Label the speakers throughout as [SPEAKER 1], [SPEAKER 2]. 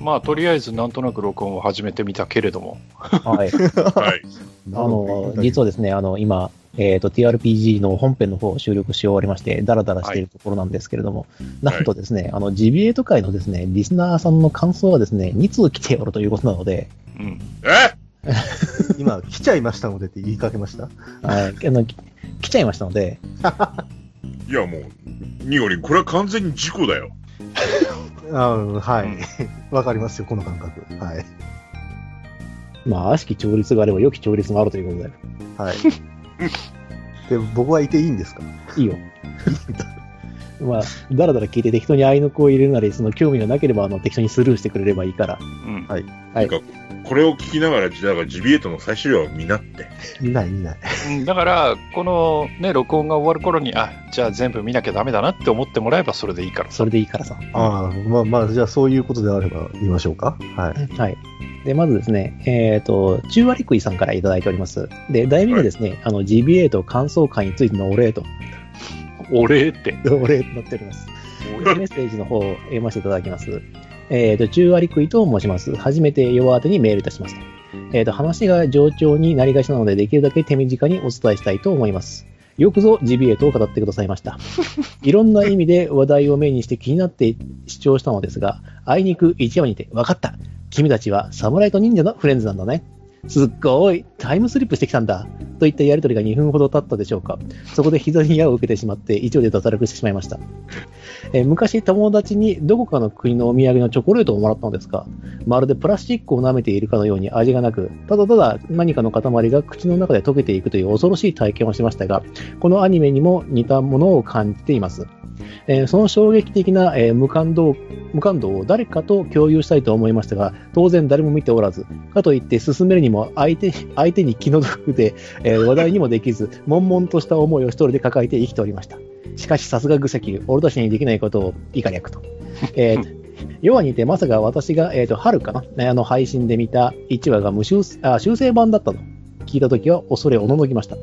[SPEAKER 1] まあ、とりあえずなんとなく録音を始めてみたけれども。
[SPEAKER 2] はい。
[SPEAKER 1] はい。
[SPEAKER 2] あの、実はですね、あの、今、えっ、と、TRPG の本編の方を収録し終わりまして、ダラダラしているところなんですけれども、なんとですね、あの、ジビエート界のですね、リスナーさんの感想はですね、2通来ておるということなので、
[SPEAKER 1] うん。
[SPEAKER 3] え
[SPEAKER 4] 今、来ちゃいましたのでって言いかけました。
[SPEAKER 2] はい、あの、き来ちゃいましたので、
[SPEAKER 3] いやもう、ニオリン、これは完全に事故だよ。
[SPEAKER 4] あうん、は
[SPEAKER 1] うん
[SPEAKER 4] い。 わ、かりますよ、この感覚。はい。
[SPEAKER 2] まあ、悪しき調律があれば良き調律があるということで、
[SPEAKER 4] はい。で、僕はいていいんですか
[SPEAKER 2] いいよ。 まあ、ダラダラ聞いて適当に愛の子を入れるなり、その興味がなければ、あの、適当にスルーしてくれればいいから、
[SPEAKER 1] うん。
[SPEAKER 2] はい
[SPEAKER 3] てかこれを聞きながら、だからジビエートの最終話を見なって。
[SPEAKER 4] 見ない、見ない。
[SPEAKER 1] うんだから、このね、録音が終わる頃に、あ、じゃあ全部見なきゃダメだなって思ってもらえばそれでいいから。
[SPEAKER 2] それでいいからさ。
[SPEAKER 4] ああ、まあまあ、じゃあそういうことであれば言いましょうか。はい。
[SPEAKER 2] はい。で、まずですね、えっ、と、中割食いさんからいただいております。で、題名がですね、あの、GBA と感想会についてのお礼と、
[SPEAKER 1] お礼って。
[SPEAKER 2] お礼となっております。メッセージの方を読ませていただきます。えっ、と、中割食いと申します。初めて弱宛てにメールいたします。えっ、と、話が冗長になりがちなので、できるだけ手短にお伝えしたいと思います。よくぞ GBA と語ってくださいました。いろんな意味で話題をメインにして気になって主張したのですが、あいにく一夜にて、わかった。君たちは侍と忍者のフレンズなんだね。すっごい、タイムスリップしてきたんだ。といったやりとりが2分ほど経ったでしょうか。そこで膝に矢を受けてしまって、一応で脱落してしまいました。えー昔友達にどこかの国のお土産のチョコレートをもらったのですが、まるでプラスチックを舐めているかのように味がなく、ただただ何かの塊が口の中で溶けていくという恐ろしい体験をしましたが、このアニメにも似たものを感じています。えーその衝撃的な、えー無感動無感動を誰かと共有したいと思いましたが、当然誰も見ておらず、かといって進めるにも相手相手に気の毒で、えー話題にもできず、悶々とした思いを一人で抱えて生きておりました。しかしさすが愚石、俺たちにできないことを以下略と。えー要はにて、まさか私が、えー、と春かな、ねあの配信で見た1話が無修あ修正版だったと聞いたときは恐れおののきました。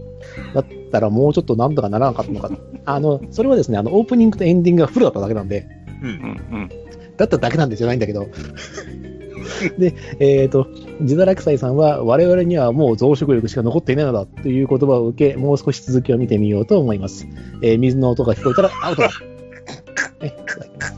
[SPEAKER 2] だったらもうちょっとなんとかならなかったのかと。あのそれはですねあの、オープニングとエンディングがフルだっただけなんで、
[SPEAKER 3] うん。
[SPEAKER 1] うん
[SPEAKER 2] だっただけなんですじゃないんだけど。 で、えっ、と、ジダラクサイさんは、我々にはもう増殖力しか残っていないのだという言葉を受け、もう少し続きを見てみようと思います。えー水の音が聞こえたらアウトだ。えいただきます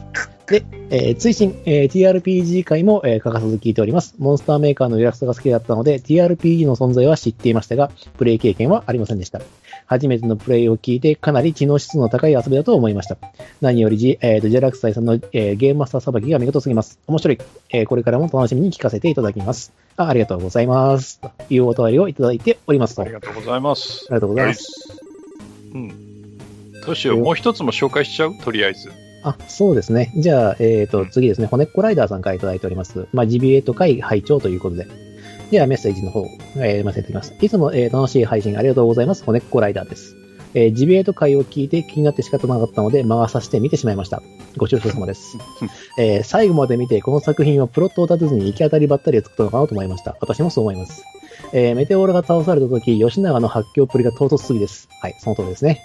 [SPEAKER 2] で、えー追伸、えー TRPG 界も、えー欠かさず聞いております。モンスターメーカーのイラストが好きだったので、TRPG の存在は知っていましたが、プレイ経験はありませんでした。初めてのプレイを聞いて、かなり知能指数の高い遊びだと思いました。何よりじ、えーと、ジェラクサイさんの、えーゲームマスターさばきが見事すぎます。面白い、えーこれからも楽しみに聞かせていただきます。あありがとうございます。というお便りをいただいておりますと。
[SPEAKER 1] あ
[SPEAKER 2] あ
[SPEAKER 1] り
[SPEAKER 2] り
[SPEAKER 1] がとうございます。
[SPEAKER 2] がとうございます。
[SPEAKER 1] うん。どうしよう、もう一つも紹介しちゃうとりあえず。
[SPEAKER 2] あ、そうですね。じゃあ、えっ、と、次ですね。骨っこライダーさんからいただいております。まあ、GBA と会拝聴ということで。では、メッセージの方、えー、読ませていただきます。いつも、えー楽しい配信ありがとうございます。骨っこライダーです。えー、ジビエート会を聞いて気になって仕方なかったので魔が差して見てしまいました。ご愁傷様です。えー最後まで見てこの作品はプロットを立てずに行き当たりばったりを作ったのかなと思いました。私もそう思います。えーメテオーラが倒された時、吉永の発狂っぷりが唐突すぎです。はい、その通りですね。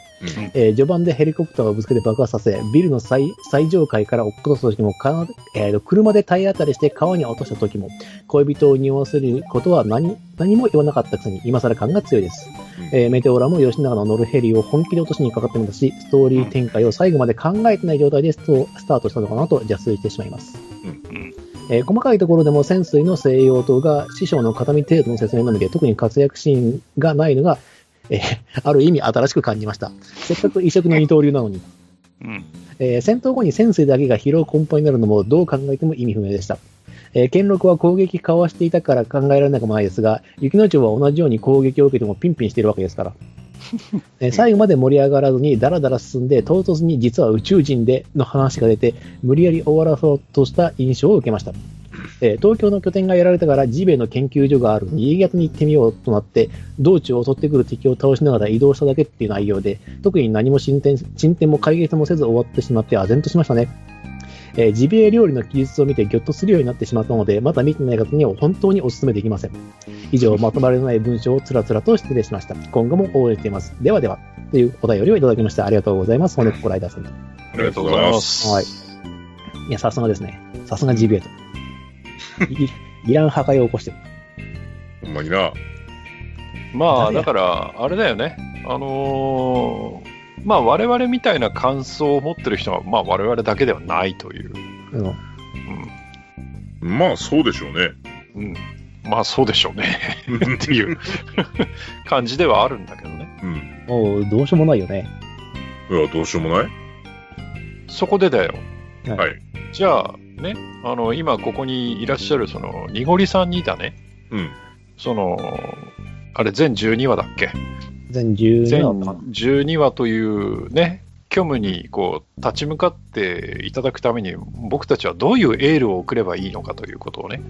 [SPEAKER 2] えー序盤でヘリコプターをぶつけて爆発させ、ビルの最最上階から落っことす時もか、えーと車で体当たりして川に落とした時も、恋人を匂わせることは何何も言わなかったくせに、今更感が強いです。
[SPEAKER 3] うん
[SPEAKER 2] えーメテオラも吉永の乗るヘリを本気で落としにかかってみたし、ストーリー展開を最後まで考えてない状態でストスタートしたのかなと邪推してしまいます。
[SPEAKER 1] うん。
[SPEAKER 2] えー細かいところでも潜水の西洋島が師匠の形見程度の説明なので特に活躍シーンがないのが、えーある意味新しく感じました。せっかく異色の二刀流なのに。
[SPEAKER 1] うん。
[SPEAKER 2] えー戦闘後に潜水だけが疲労困憊になるのもどう考えても意味不明でした。えー、剣六は攻撃かわしていたから考えられなくもないですが、雪の城は同じように攻撃を受けてもピンピンしているわけですから。えー最後まで盛り上がらずにだらだら進んで、唐突に実は宇宙人での話が出て、無理やり終わらそうとした印象を受けました。えー東京の拠点がやられたから、ジベの研究所がある新潟に行ってみようとなって、道中を襲ってくる敵を倒しながら移動しただけっていう内容で、特に何も進展進展も解決もせず終わってしまって、唖然としましたね。えージビエ料理の記述を見てギョッとするようになってしまったので、まだ見てない方には本当にお勧めできません。以 上、まとまりのない文章をつらつらと失礼しました。今後も応援しています。ではでは、というお便りをいただきました。ありがとうございます。骨っこライダーさんと。
[SPEAKER 3] ありがとうございま
[SPEAKER 1] す
[SPEAKER 3] す。
[SPEAKER 2] はい。いや、さすがですね。さすがジビエと。いいらん破壊を起こしてる。
[SPEAKER 3] ほんまにな。
[SPEAKER 1] まあ
[SPEAKER 2] 誰や
[SPEAKER 1] だからあれだよねあのーまあ我々みたいな感想を持ってる人はまあ我々だけではないという、
[SPEAKER 2] うん
[SPEAKER 3] まあ、そうでしょうね。
[SPEAKER 1] うん、まあそうでしょうねっていう感じではあるんだけどね
[SPEAKER 3] うん。
[SPEAKER 2] もうどうしようもないよね。
[SPEAKER 3] いや、どうしようもない。
[SPEAKER 1] そこでだよ
[SPEAKER 3] はい。
[SPEAKER 1] じゃあねあの今ここにいらっしゃるそのにごりさんにだね
[SPEAKER 3] うん。
[SPEAKER 1] そのあれ全12話だっけ
[SPEAKER 2] 全12
[SPEAKER 1] 全
[SPEAKER 2] 話かな。
[SPEAKER 1] 12話というね虚無にこう立ち向かっていただくために僕たちはどういうエールを送ればいいのかということをね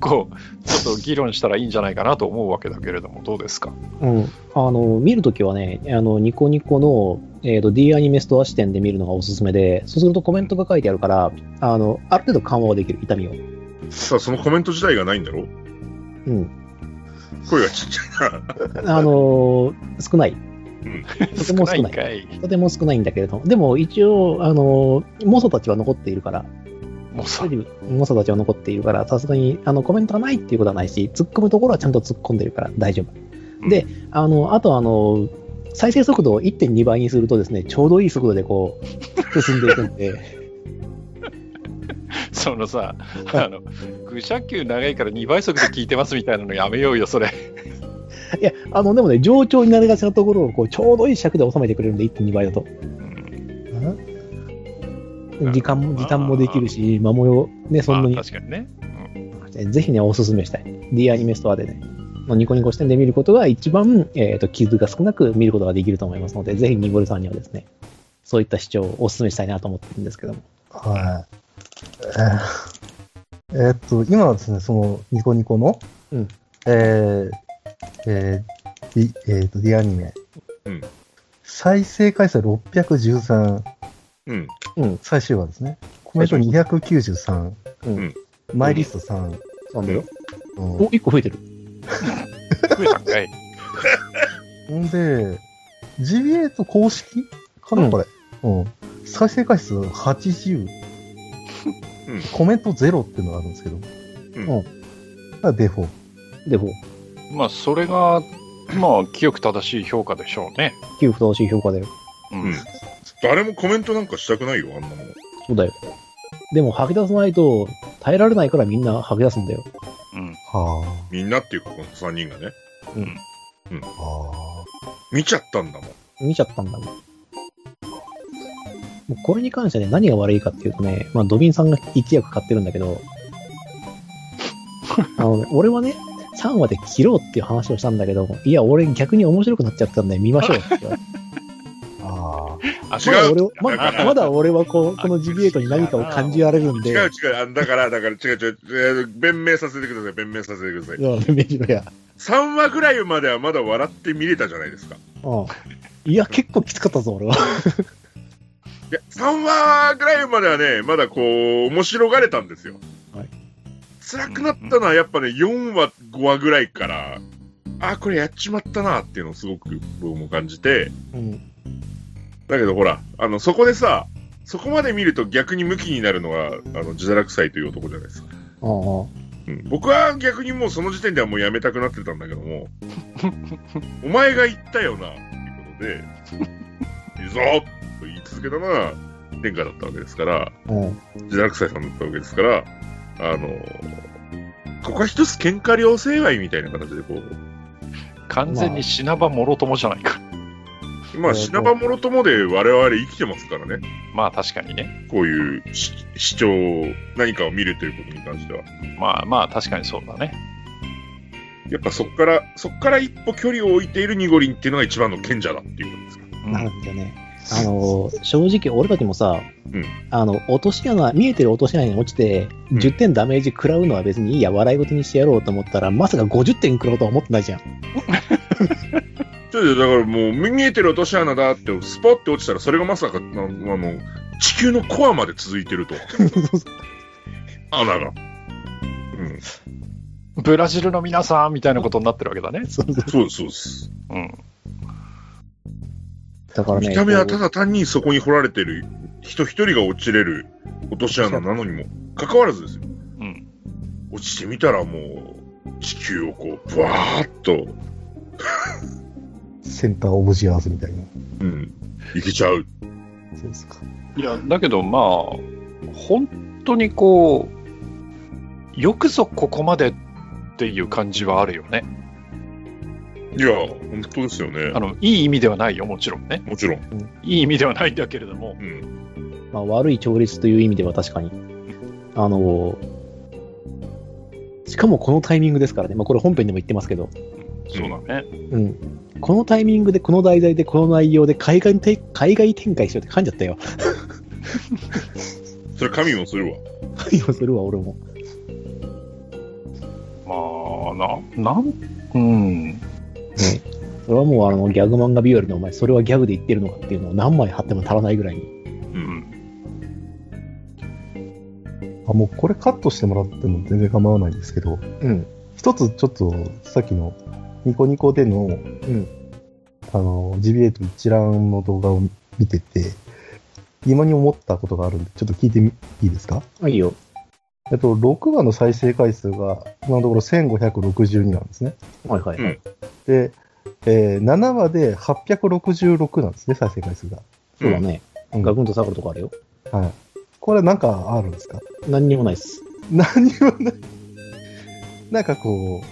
[SPEAKER 1] こうちょっと議論したらいいんじゃないかなと思うわけだけれどもどうですか
[SPEAKER 2] うん。あの、見るときはね、あの、ニコニコの、えっ、と、D アニメストア視点で見るのがおすすめで、そうするとコメントが書いてあるから、あの、ある程度緩和ができる、痛みを。
[SPEAKER 3] さあ、そのコメント自体がないんだろ
[SPEAKER 2] うん。
[SPEAKER 3] 声がちっちゃいな。
[SPEAKER 2] あの、少ない。
[SPEAKER 1] 少
[SPEAKER 2] とて
[SPEAKER 1] な
[SPEAKER 2] も少ない
[SPEAKER 1] いんかい
[SPEAKER 2] とても少ないんだけれども、でも一応、あの、モソたちは残っているから、
[SPEAKER 1] もうさ
[SPEAKER 2] テレビモソたちは残っているから、さすがに、あの、コメントがないっていうことはないし、突っ込むところはちゃんと突っ込んでるから大丈夫。で、あの、あとあの、再生速度を1.2倍にするとですね、ちょうどいい速度でこう、進んでいくんで、
[SPEAKER 1] そのさあの愚者級長いから2倍速で聞いてますみたいなのやめようよそれ
[SPEAKER 2] いや、あの、でもね、上長になりがちなところを、こう、ちょうどいい尺で収めてくれるんで、1.2倍だと。
[SPEAKER 1] うん
[SPEAKER 2] 時間も、時短もできるし、間模様、ね、 そんなに
[SPEAKER 1] まあ確かにね
[SPEAKER 2] ぜひね、おすすめしたい。D アニメストアでね、ニコニコ視点で見ることが一番、えー、と傷が少なく見ることができると思いますので、ぜひニゴルさんにはですね、そういった視聴をおすすめしたいなと思ってるんですけども。
[SPEAKER 4] はい。えーえーっと、今はですね、その、ニコニコの、
[SPEAKER 2] うん
[SPEAKER 4] えー、えー、D、えーっと、D アニメ。
[SPEAKER 3] うん
[SPEAKER 4] 再生回数613、
[SPEAKER 3] うん。
[SPEAKER 2] うん、
[SPEAKER 4] 最終話ですね。コメント293、
[SPEAKER 2] うん
[SPEAKER 3] うん
[SPEAKER 4] マイリスト3、
[SPEAKER 2] そうだよ。
[SPEAKER 4] うん
[SPEAKER 2] お、一個増えてる。
[SPEAKER 1] 増えたんかい
[SPEAKER 4] ほんで、GBA と公式かな、
[SPEAKER 2] うん
[SPEAKER 4] これ。うん。再生回数80。
[SPEAKER 3] うん
[SPEAKER 4] コメント0っていうのがあるんですけど。
[SPEAKER 3] うん
[SPEAKER 4] うん。がデフォ。
[SPEAKER 2] で、もう、
[SPEAKER 1] まあそれがまあ清く正しい評価でしょうね
[SPEAKER 2] 旧不等しい評価だよ。
[SPEAKER 1] うん
[SPEAKER 3] 誰もコメントなんかしたくないよ、あんなもん。
[SPEAKER 2] そうだよ。でも吐き出さないと耐えられないからみんな吐き出すんだよ。
[SPEAKER 1] うん
[SPEAKER 4] は
[SPEAKER 3] みんなっていうか、この3人がね。
[SPEAKER 4] あ。は
[SPEAKER 3] 見ちゃったんだもん。
[SPEAKER 2] 見ちゃったんだもん。もうこれに関してね、何が悪いかっていうとね、まあ、ドビンさんが一役買ってるんだけ ど、あのね、俺はね、3話で切ろうっていう話をしたんだけど、いや、俺逆に面白くなっちゃったんで見ましょうって 言われて
[SPEAKER 4] あ。あ
[SPEAKER 1] あ
[SPEAKER 2] まだ
[SPEAKER 3] 違う
[SPEAKER 2] 俺をま
[SPEAKER 3] だか
[SPEAKER 2] だ
[SPEAKER 3] ら
[SPEAKER 2] まだ俺はこうこのジビエートに何かを感じられるんで、
[SPEAKER 3] 違う違う。あだから、だから、違う違うえー。弁明させてください、弁明させてください。
[SPEAKER 2] うん目白や
[SPEAKER 3] 3話ぐらいまではまだ笑って見れたじゃないですか。
[SPEAKER 2] うんいや、結構きつかったぞ、俺は。
[SPEAKER 3] いや、3話ぐらいまではね、まだこう、面白がれたんですよ。
[SPEAKER 2] はい
[SPEAKER 3] 辛くなったのは、やっぱね、4話、5話ぐらいから、あ、これやっちまったなっていうのをすごく僕も感じて、
[SPEAKER 2] うん、
[SPEAKER 3] だけどほら、あの、そこでさ、そこまで見ると逆に向きになるのが、あの、自堕落祭という男じゃないですか。
[SPEAKER 2] うんうん
[SPEAKER 3] うん、僕は逆にもうその時点ではもうやめたくなってたんだけども、お前が言ったよな、っていうことで、いいぞと言い続けたのが天下だったわけですから、
[SPEAKER 2] うん
[SPEAKER 3] 自堕落斎さんだったわけですから、あの、ここは一つ喧嘩両成敗みたいな形でこう、
[SPEAKER 1] 完全に品場もろともじゃないか。
[SPEAKER 3] まあ、
[SPEAKER 2] ええ
[SPEAKER 3] 品場もろともで我々生きてますからね、
[SPEAKER 1] まあ確かにね。
[SPEAKER 3] こういうし視聴、何かを見るということに関しては。
[SPEAKER 1] まあまあ確かにそうだね。
[SPEAKER 3] やっぱそこから、そこから一歩距離を置いているニゴリンっていうのが一番の賢者だっていうことですか。
[SPEAKER 1] うん
[SPEAKER 2] なるんだよね。あの、正直俺たちもさ、
[SPEAKER 3] うん
[SPEAKER 2] あの、落とし穴、見えてる落とし穴に落ちて、
[SPEAKER 3] うん
[SPEAKER 2] 10点ダメージ食らうのは別にいいや、笑い事にしてやろうと思ったら、まさか50点食らうとは思ってないじゃん。
[SPEAKER 3] そうだよだからもう見えてる落とし穴だって、スポって落ちたら、それがまさか、なあの、地球のコアまで続いて ると。穴が。うん、
[SPEAKER 1] ブラジルの皆さんみたいなことになってるわけだね。
[SPEAKER 2] そうそう
[SPEAKER 3] そうです、そうです。
[SPEAKER 1] うん。
[SPEAKER 2] だからね、
[SPEAKER 3] 見た目はた
[SPEAKER 2] こ
[SPEAKER 3] だ単にそこに掘られてる、人一人が落ちれる落とし穴なのにも、かかわらずですよ。
[SPEAKER 1] うん。
[SPEAKER 3] 落ちてみたらもう、地球をこう、ブワーッと、
[SPEAKER 4] センターオブジアーズみたいな。
[SPEAKER 3] うん、いけちゃう。
[SPEAKER 4] そうですか。
[SPEAKER 1] いや、だけどまあ、本当にこう、よくぞここまでっていう感じはあるよね。
[SPEAKER 3] いや、本当ですよね
[SPEAKER 1] あ。の、いい意味ではないよ、もちろんね。
[SPEAKER 3] もちろん。
[SPEAKER 1] いい意味ではないんだけれども。
[SPEAKER 3] うん。
[SPEAKER 2] まあ、悪い調律という意味では確かに。あのーしかもこのタイミングですからね、まあ、これ本編でも言ってますけど、
[SPEAKER 1] そうだね。
[SPEAKER 2] うん、このタイミングで、この題材で、この内容で海外て海外展開しようって噛んじゃったよ。
[SPEAKER 3] それ神もするわ。
[SPEAKER 2] 関与するわ、俺も。
[SPEAKER 1] まあ、な、なん、うん。
[SPEAKER 2] それはもうあのギャグ漫画日和のお前、それはギャグで言ってるのかっていうのを何枚貼っても足らないぐらいに。
[SPEAKER 1] うん。
[SPEAKER 4] あ、もうこれカットしてもらっても全然構わないですけど、
[SPEAKER 2] うん。
[SPEAKER 4] 一つちょっとさっきのニコニコでの、あの、GBA と一覧の動画を見てて、今に思ったことがあるんで、ちょっと聞いてみいいですか
[SPEAKER 2] あ、いいよ。
[SPEAKER 4] えっと、6話の再生回数が、今のところ1562なんですね。
[SPEAKER 2] はいはい。
[SPEAKER 3] うん
[SPEAKER 4] で、えー7話で866なんですね、再生回数が。
[SPEAKER 2] そうだね。
[SPEAKER 4] うん
[SPEAKER 2] ガクンと下がるとこあるよ。
[SPEAKER 4] はい。これなんかあるんですか
[SPEAKER 2] 何にもないっす。
[SPEAKER 4] 何もない。 なんかこ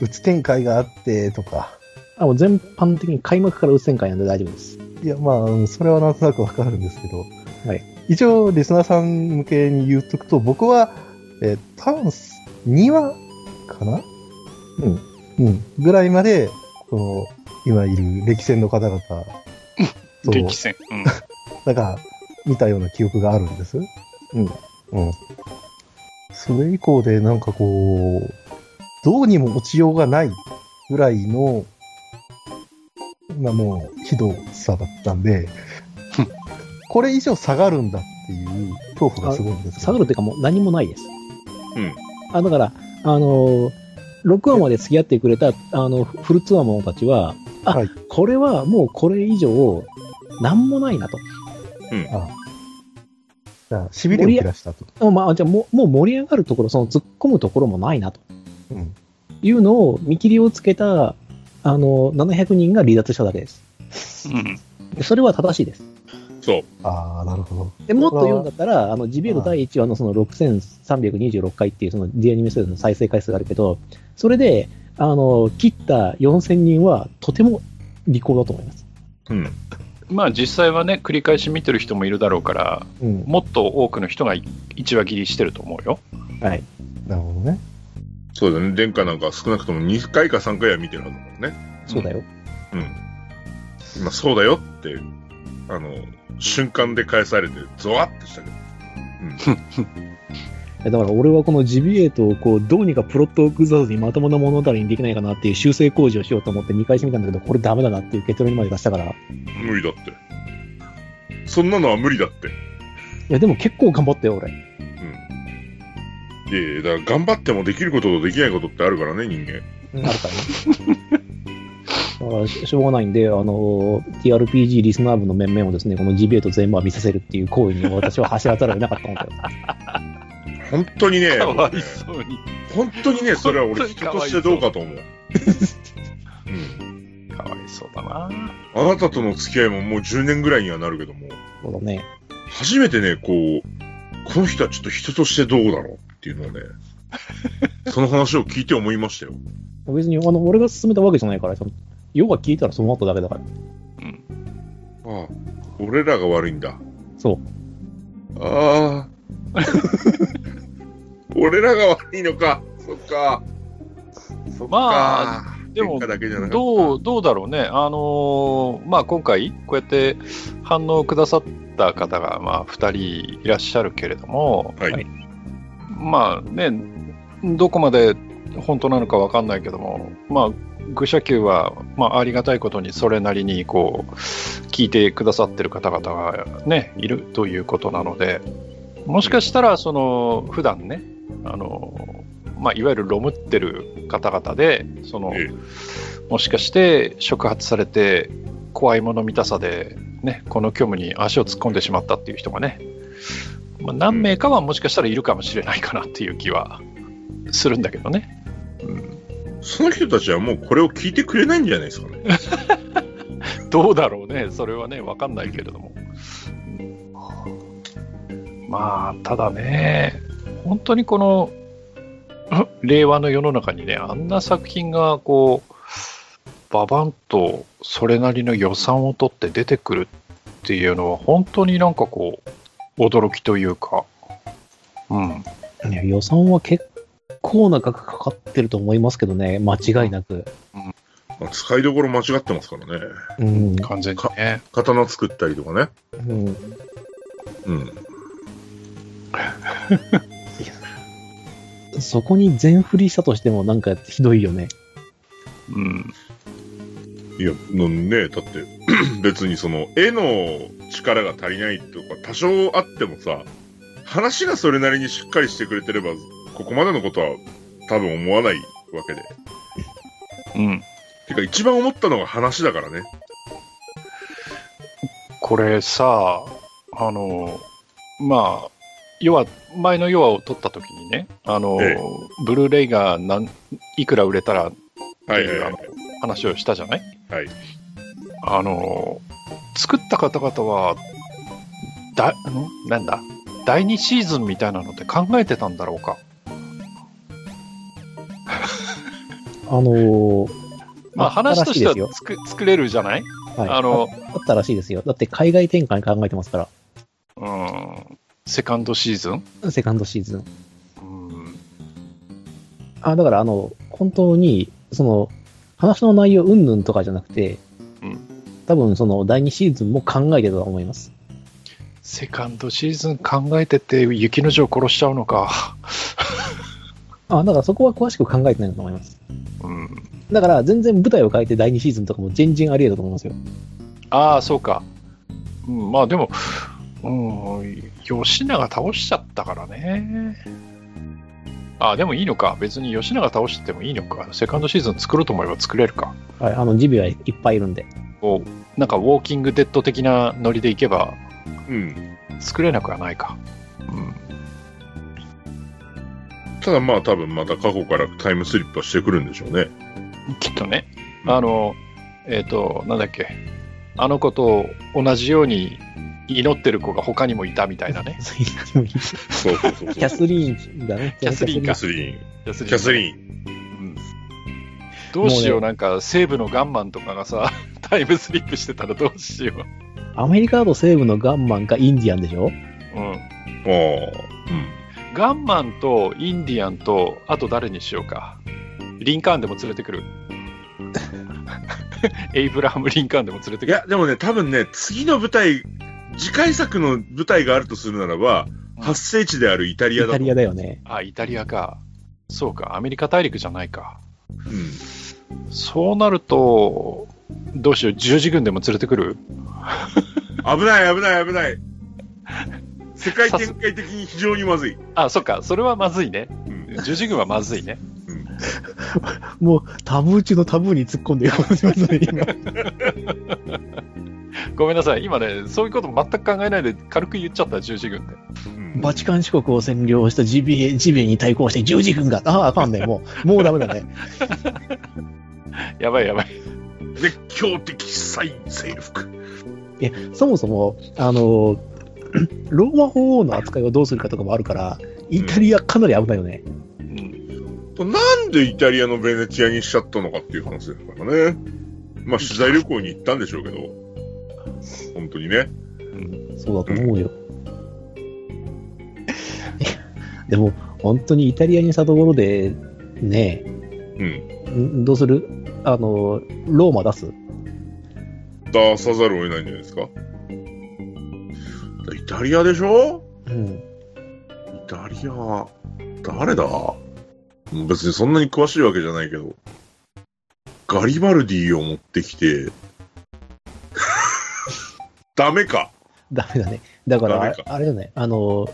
[SPEAKER 4] う、打つ展開があってとか。
[SPEAKER 2] あ、もう全般的に開幕から打つ展開なんで大丈夫です。
[SPEAKER 4] いや、まあうん、それはなんとなくわかるんですけど。
[SPEAKER 2] はい。
[SPEAKER 4] 一応、リスナーさん向けに言っとくと、僕は、えー、多分、2話かな
[SPEAKER 2] うん。
[SPEAKER 4] うん。ぐらいまで、この、今いる歴戦の方々と、
[SPEAKER 1] 激戦。うん。
[SPEAKER 4] なんか、見たような記憶があるんです。
[SPEAKER 2] うん。
[SPEAKER 4] うん。それ以降でなんかこう、どうにも落ちようがないぐらいの、まあもう、ひどさだったんで、これ以上下がるんだっていう恐怖がすごいんです
[SPEAKER 2] 下がるっていうかもう何もないです。
[SPEAKER 3] うん。
[SPEAKER 2] あ、だから、あのー、6話まで付き合ってくれた、あの、フルツアーマンたちは、あ、
[SPEAKER 4] はい
[SPEAKER 2] これはもうこれ以上、何もないなと。
[SPEAKER 4] じゃあ、しびれを切らしたと。
[SPEAKER 2] あまあ、じゃあもう、もう盛り上がるところ、その突っ込むところもないなと。
[SPEAKER 4] うん。
[SPEAKER 2] いうのを見切りをつけた、あの、700人が離脱しただけです。
[SPEAKER 1] うん。
[SPEAKER 2] でそれは正しいです。
[SPEAKER 3] そう。
[SPEAKER 4] ああ、なるほど。
[SPEAKER 2] で、もっと言うんだったら、あの、ジビエの第1話のその6326回っていうその D アニメストの再生回数があるけど、それで、あの、切った4000人はとても利口だと思います。
[SPEAKER 3] うん。
[SPEAKER 1] まあ実際はね、繰り返し見てる人もいるだろうから、
[SPEAKER 4] うん。
[SPEAKER 1] もっと多くの人が一話切りしてると思うよ。
[SPEAKER 2] はい。
[SPEAKER 4] なるほどね。
[SPEAKER 3] そうだね。殿下なんか少なくとも2回か3回は見てるはずだもんね。
[SPEAKER 2] そうだよ。
[SPEAKER 3] 今、そうだよって、あの、瞬間で返されて、ゾワッてしたけど。
[SPEAKER 2] だから俺はこのジビエとをこう、どうにかプロットを崩さずにまともな物語にできないかなっていう修正工事をしようと思って見返してみたんだけど、これダメだなっていう結論にまで出したから、い
[SPEAKER 3] 無理だって。そんなのは無理だって。
[SPEAKER 2] や、でも結構頑張ったよ、俺。
[SPEAKER 3] いやいや、だから頑張ってもできることとできないことってあるからね、人間。
[SPEAKER 2] あるからね。だからししょうがないんで、あの、TRPG リスナー部の面々をですね、このジビエと全部は見させるっていう行為に私は走らざるを得なかったので、
[SPEAKER 3] 本当にね、
[SPEAKER 1] かわいそうに。
[SPEAKER 3] 本当にね、それは俺
[SPEAKER 1] 本当
[SPEAKER 3] 人
[SPEAKER 1] にか
[SPEAKER 3] と
[SPEAKER 1] わい
[SPEAKER 3] し
[SPEAKER 1] そう
[SPEAKER 3] てどうかと思う。うん。
[SPEAKER 1] かわいそうだな。
[SPEAKER 3] あなたとの付き合いももう10年ぐらいにはなるけども、
[SPEAKER 2] そうだね。
[SPEAKER 3] 初めてね、こう、この人はちょっと人としてどうだろうっていうのをね、その話を聞いて思いましたよ。
[SPEAKER 2] 別に、あの、俺が勧めたわけじゃないから、その、要は聞いたらその後だけだから。
[SPEAKER 3] ああ、俺らが悪いんだ。
[SPEAKER 2] そう。
[SPEAKER 3] ああ。俺らが悪いのか。そっか。そっか。
[SPEAKER 1] までも
[SPEAKER 3] 喧嘩だけじゃなかった
[SPEAKER 1] どう、どうだろうね。あのーまあ今回、こうやって反応をくださった方が、まあ2人いらっしゃるけれども、
[SPEAKER 3] はい
[SPEAKER 2] はい
[SPEAKER 1] まあね、どこまで本当なのかわかんないけども、まあ、愚者級は、まあ、ありがたいことにそれなりにこう聞いてくださってる方々が、ね、いるということなのでもしかしたらその普段ねあの、まあ、いわゆるロムってる方々でその
[SPEAKER 3] え
[SPEAKER 1] もしかして触発されて怖いもの見たさで、ね、この虚無に足を突っ込んでしまったっていう人がねまあ、何名かはもしかしたらいるかもしれないかなっていう気はするんだけどね。
[SPEAKER 3] その人たちはもうこれを聞いてくれないんじゃないですかね。
[SPEAKER 1] どうだろうね、それはね、わかんないけれども。まあ、ただね、本当にこの うん令和の世の中にね、あんな作品がこう、ババンとそれなりの予算を取って出てくるっていうのは、本当になんかこう、驚きというか、うん、
[SPEAKER 2] いや予算は結構な額かかってると思いますけどね、間違いなく。
[SPEAKER 3] まあ使いどころ間違ってますからね。
[SPEAKER 2] うん。
[SPEAKER 1] 完全にね。
[SPEAKER 3] 刀作ったりとかね。
[SPEAKER 2] うん、い
[SPEAKER 3] うん。
[SPEAKER 2] やそこに全振りしたとしてもなんかひどいよね。
[SPEAKER 1] うん、
[SPEAKER 3] いや、のねだって 別にその絵の力が足りないとか多少あってもさ、話がそれなりにしっかりしてくれてれば、ここまでのことは多分思わないわけで。
[SPEAKER 1] うん。
[SPEAKER 3] てか一番思ったのが話だからね。
[SPEAKER 1] これさあのまあ要は前の「ヨア」を撮った時にねあの、
[SPEAKER 3] ええ
[SPEAKER 1] ブルーレイがなんいくら売れたらって
[SPEAKER 3] はい
[SPEAKER 1] い
[SPEAKER 3] は
[SPEAKER 1] う
[SPEAKER 3] い
[SPEAKER 1] あ
[SPEAKER 3] はい
[SPEAKER 1] の。話をしたじゃない、
[SPEAKER 3] はい
[SPEAKER 1] あの作った方々はだんなんだ第2シーズンみたいなのって考えてたんだろうか、
[SPEAKER 2] あのー
[SPEAKER 1] まあ、話としては作作れるじゃない、
[SPEAKER 2] はい、
[SPEAKER 1] あの
[SPEAKER 2] あったらしいですよ。だって海外展開考えてますか
[SPEAKER 1] うん、セカンドシーズン、
[SPEAKER 2] ら、セカンドシーズン。
[SPEAKER 1] うん
[SPEAKER 2] あだから、あの、本当に、その、話の内容うんぬんとかじゃなくて、
[SPEAKER 1] うん
[SPEAKER 2] 多分その第2シーズンも考えてたと思います。
[SPEAKER 1] セカンドシーズン考えてて雪の女を殺しちゃうのか。
[SPEAKER 2] あだからそこは詳しく考えてないと思います。
[SPEAKER 1] うん、
[SPEAKER 2] だから全然舞台を変えて第2シーズンとかも全然あり得たと思いますよ。
[SPEAKER 1] ああ、そうか。うん、まあでも、うん、吉永倒しちゃったからね。ああ、でもいいのか。別に吉永倒しててもいいのか。セカンドシーズン作ろうと思えば作れるか。
[SPEAKER 2] はい、あの、ジビはいっぱいいるんで。
[SPEAKER 1] こうなんかウォーキングデッド的なノリでいけば
[SPEAKER 3] うん。
[SPEAKER 1] 作れなくはないか。うん、
[SPEAKER 3] ただまあ多分また過去からタイムスリップはしてくるんでしょうね。
[SPEAKER 1] きっとね、あの、えっ、と、なんだっけ、あの子と同じように祈ってる子が他にもいたみたいなね。
[SPEAKER 2] キ
[SPEAKER 3] そうそうそうそう。
[SPEAKER 2] ャスリーンだね。
[SPEAKER 1] キャスリーン
[SPEAKER 3] キャ
[SPEAKER 1] か
[SPEAKER 3] スリン。
[SPEAKER 1] キャス
[SPEAKER 3] キャス
[SPEAKER 1] ン。
[SPEAKER 3] リン。
[SPEAKER 1] うんどうしよう、なんか西部のガンマンとかがさ、 タイムスリップしてたらどうしよ
[SPEAKER 2] アメリカだと西部のガンマンかインディアンでし
[SPEAKER 1] う。
[SPEAKER 2] ょ
[SPEAKER 1] うん、
[SPEAKER 3] ああ。
[SPEAKER 1] ガンマンとインディアンと、あと誰にしようか。リンカーンでも連れてくる。 エイブラハム・リンカーンでも連れて
[SPEAKER 3] い
[SPEAKER 1] くる。
[SPEAKER 3] や、でもね、多分ね、次の舞台、次回作の舞台があるとするならば、
[SPEAKER 1] うん
[SPEAKER 3] 発生地であるイタリ
[SPEAKER 2] イ
[SPEAKER 3] アだ
[SPEAKER 2] タ
[SPEAKER 3] と
[SPEAKER 2] リアだよね。
[SPEAKER 1] あ、イタリアか。そうか、アメリカ大陸じゃないか。
[SPEAKER 3] うん
[SPEAKER 1] そうなると、どうしよう、十字軍でも連れてくる
[SPEAKER 3] 危ない、危ない、危ない。世界展開的に非常にまずい。
[SPEAKER 1] あ、そっか、それはまずいね。
[SPEAKER 3] うん
[SPEAKER 1] 十字軍はまずいね。
[SPEAKER 2] もうタブー中のタブーに突っ込んでる感じますね、今。
[SPEAKER 1] ごめんなさい、今ね、そういうこと全く考えないで、軽く言っちゃった、十字軍って。
[SPEAKER 3] うん
[SPEAKER 2] バチカン四国を占領したジビエ、ジビエに対抗して十字軍が、ああ、あかんね、もう、もうダメだね。
[SPEAKER 1] やばいやばい。
[SPEAKER 3] 熱狂的再征服。
[SPEAKER 2] いや、そもそも、あの、ローマ法王の扱いをどうするかとかもあるから、イタリアかなり危ないよね。
[SPEAKER 1] うん
[SPEAKER 3] なんでイタリアのベネチアにしちゃったのかっていう話ですからね。まあ、取材旅行に行ったんでしょうけど。本当にね。
[SPEAKER 2] そうだと思うよ。いやでも、本当にイタリアにしたところで、ね
[SPEAKER 3] うん。
[SPEAKER 2] え、んどうするあの、ローマ出す
[SPEAKER 3] 出さざるを得ないんじゃないですか。イタリアでしょ
[SPEAKER 2] うん。
[SPEAKER 3] イタリア、誰だもう別にそんなに詳しいわけじゃないけど、ガリバルディを持ってきて、 ダメか。
[SPEAKER 2] ダメだね。だから、
[SPEAKER 3] ダ
[SPEAKER 2] あ
[SPEAKER 3] メ
[SPEAKER 2] れ
[SPEAKER 3] か
[SPEAKER 2] あれだね、あの、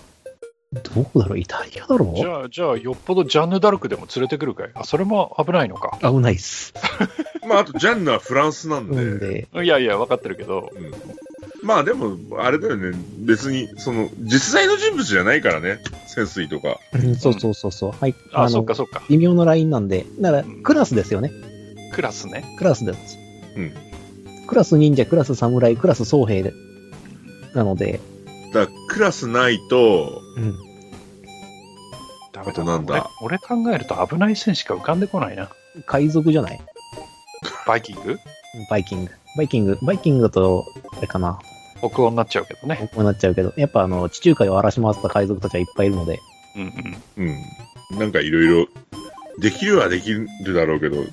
[SPEAKER 2] どこだろうイタリアだろ
[SPEAKER 1] じゃあ、じゃあ、よっぽどジャンヌ・ダルクでも連れてくるかいあ、それも危ないのか。
[SPEAKER 2] 危ないっす。
[SPEAKER 3] まあ、あとジャンヌはフランスなん
[SPEAKER 2] うん
[SPEAKER 3] で、
[SPEAKER 2] で、
[SPEAKER 1] いやいや、分かってるけど、
[SPEAKER 3] うんまあでも、あれだよね。別に、その、実在の人物じゃないからね。潜水とか。
[SPEAKER 2] うんそうそうそうそう。はい。
[SPEAKER 1] あ
[SPEAKER 2] の
[SPEAKER 1] そっかそっか。
[SPEAKER 2] 微妙なラインなんで。だから、クラスですよね。
[SPEAKER 1] クラスね。
[SPEAKER 2] クラスです。
[SPEAKER 3] うん
[SPEAKER 2] クラス忍者、クラス侍、クラス僧兵で。なので、
[SPEAKER 3] だからクラスないと、
[SPEAKER 2] うん。
[SPEAKER 1] ダメ
[SPEAKER 3] あとなんだ
[SPEAKER 1] 俺。俺考えると危ない線しか浮かんでこないな。
[SPEAKER 2] 海賊じゃない
[SPEAKER 1] バイキング
[SPEAKER 2] バイキング。バイキング、バイキングだと、あれかな。
[SPEAKER 1] 北欧になっちゃうけどね。
[SPEAKER 2] こうなっちゃうけど、やっぱあの、地中海を荒らし回った海賊たちはいっぱいいるので、
[SPEAKER 1] うんうん。
[SPEAKER 3] うん。なんかいろいろ、できるはできるだろうけど、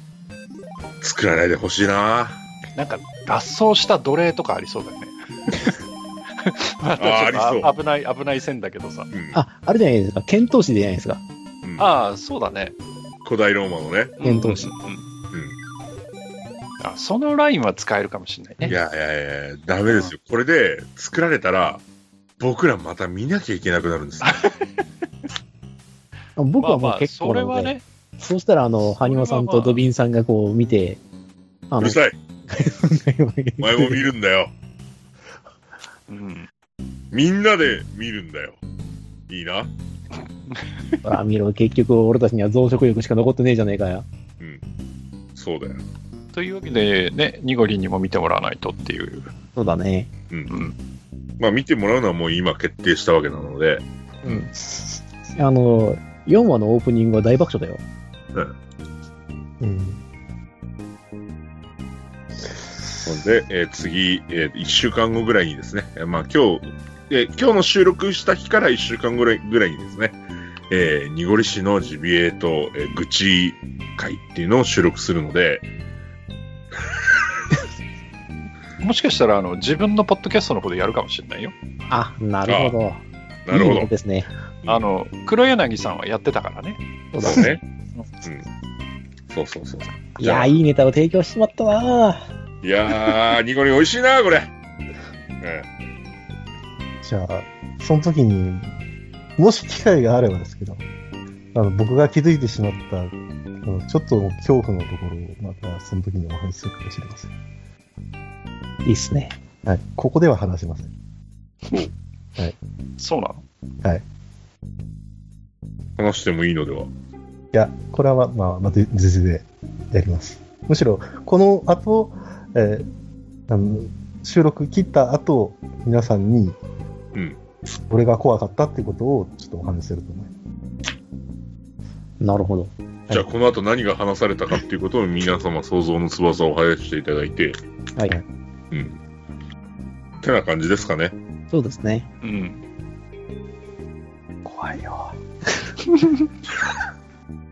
[SPEAKER 3] 作らないでほしいな。
[SPEAKER 1] なんか脱走した奴隷とかありそうだ よね。ま
[SPEAKER 3] あーありそ う
[SPEAKER 1] ちょっと危ない、危ない線だけどさ。
[SPEAKER 3] うん。
[SPEAKER 2] あ、あれじゃないですか、剣闘士じゃないですか。
[SPEAKER 3] うん
[SPEAKER 1] ああ、そうだね。
[SPEAKER 3] 古代ローマのね。
[SPEAKER 2] 伝統心
[SPEAKER 1] うんうんあそのラインは使えるかもしれない
[SPEAKER 3] い
[SPEAKER 1] ね。
[SPEAKER 3] やいやいや、ダメですよ。これで作られたら、僕らまた見なきゃいけなくなるんですよ。
[SPEAKER 2] 僕は
[SPEAKER 1] まあ
[SPEAKER 2] も
[SPEAKER 1] ま
[SPEAKER 2] う
[SPEAKER 1] あ
[SPEAKER 2] 結構
[SPEAKER 1] そ
[SPEAKER 2] な
[SPEAKER 1] れ
[SPEAKER 2] ので、
[SPEAKER 1] はね、
[SPEAKER 2] そうしたらあの、ハニワさんとドビンさんがこう見て、あ
[SPEAKER 3] う
[SPEAKER 2] の
[SPEAKER 3] る、さい。お前も見
[SPEAKER 2] 見
[SPEAKER 3] るんだよ。
[SPEAKER 1] うん、
[SPEAKER 3] みんなで見るんだよ。いいな。
[SPEAKER 2] あ見ろ、結局俺たちには増殖力しか残ってねえじゃねえかよ。
[SPEAKER 3] そうだよ。
[SPEAKER 1] というわけで、ね、ニゴリンにも見てもらわないとっていう、
[SPEAKER 2] そうだね。
[SPEAKER 1] うん、
[SPEAKER 3] まあ見てもらうのはもう今決定したわけなので、
[SPEAKER 2] うん。あの、4話のオープニングは大爆笑だよ。
[SPEAKER 4] うん。
[SPEAKER 3] ほんで、えー次、え1週間後ぐらいにですね、えーまあ今日、えー今日の収録した日から1週間ぐらいぐらいにですね、えー、濁り市のジビエと、えー愚痴会っていうのを収録するので、
[SPEAKER 1] もしかしたらあの自分のポッドキャストの方でやるかもしれないよ。
[SPEAKER 2] あ、なるほど。
[SPEAKER 3] なる
[SPEAKER 2] い
[SPEAKER 3] ほ
[SPEAKER 2] いの
[SPEAKER 3] ど。
[SPEAKER 2] ですね。
[SPEAKER 1] あの黒柳さんはやってたからね。
[SPEAKER 2] そう
[SPEAKER 3] そ
[SPEAKER 2] だね。
[SPEAKER 3] うね。うん。そうそうそう。
[SPEAKER 2] い
[SPEAKER 3] じゃ
[SPEAKER 2] や
[SPEAKER 3] あ
[SPEAKER 2] ー、いいネタを提供してしまったなー
[SPEAKER 3] いやー、ニコリ美味しいな、 これ。え
[SPEAKER 4] じゃあ、その時に、もし機会があればですけど、あの僕が気づいてしまった、あのちょっと恐怖のところを、またその時にお話しするかもしれません。
[SPEAKER 2] いいっすね。
[SPEAKER 4] はい。ここでは話しません。
[SPEAKER 1] そうなの
[SPEAKER 3] 話してもいいのでは。
[SPEAKER 4] いや、これはまあ、また別でやります。むしろ、この後、えーあの、収録切った後、皆さんに、
[SPEAKER 3] うん
[SPEAKER 4] 俺が怖かったってことをちょっとお話しすると思います。
[SPEAKER 2] なるほど。
[SPEAKER 3] じゃあ、この後何が話されたかっていうことを皆様想像の翼を生やしていただいて、
[SPEAKER 2] はい。
[SPEAKER 3] てな感じですかね。
[SPEAKER 2] そうですね。
[SPEAKER 1] うん。
[SPEAKER 4] 怖いよ。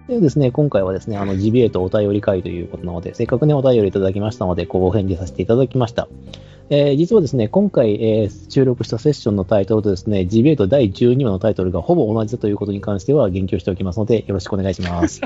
[SPEAKER 2] でですね、今回はですね、あの、ジビエとお便り会ということなので、せっかくね、お便りいただきましたので、こう、お返事させていただきました。えー実はですね、今回、えー収録したセッションのタイトルとですね、ジビエと第12話のタイトルがほぼ同じだということに関しては言及しておきますので、よろしくお願いします。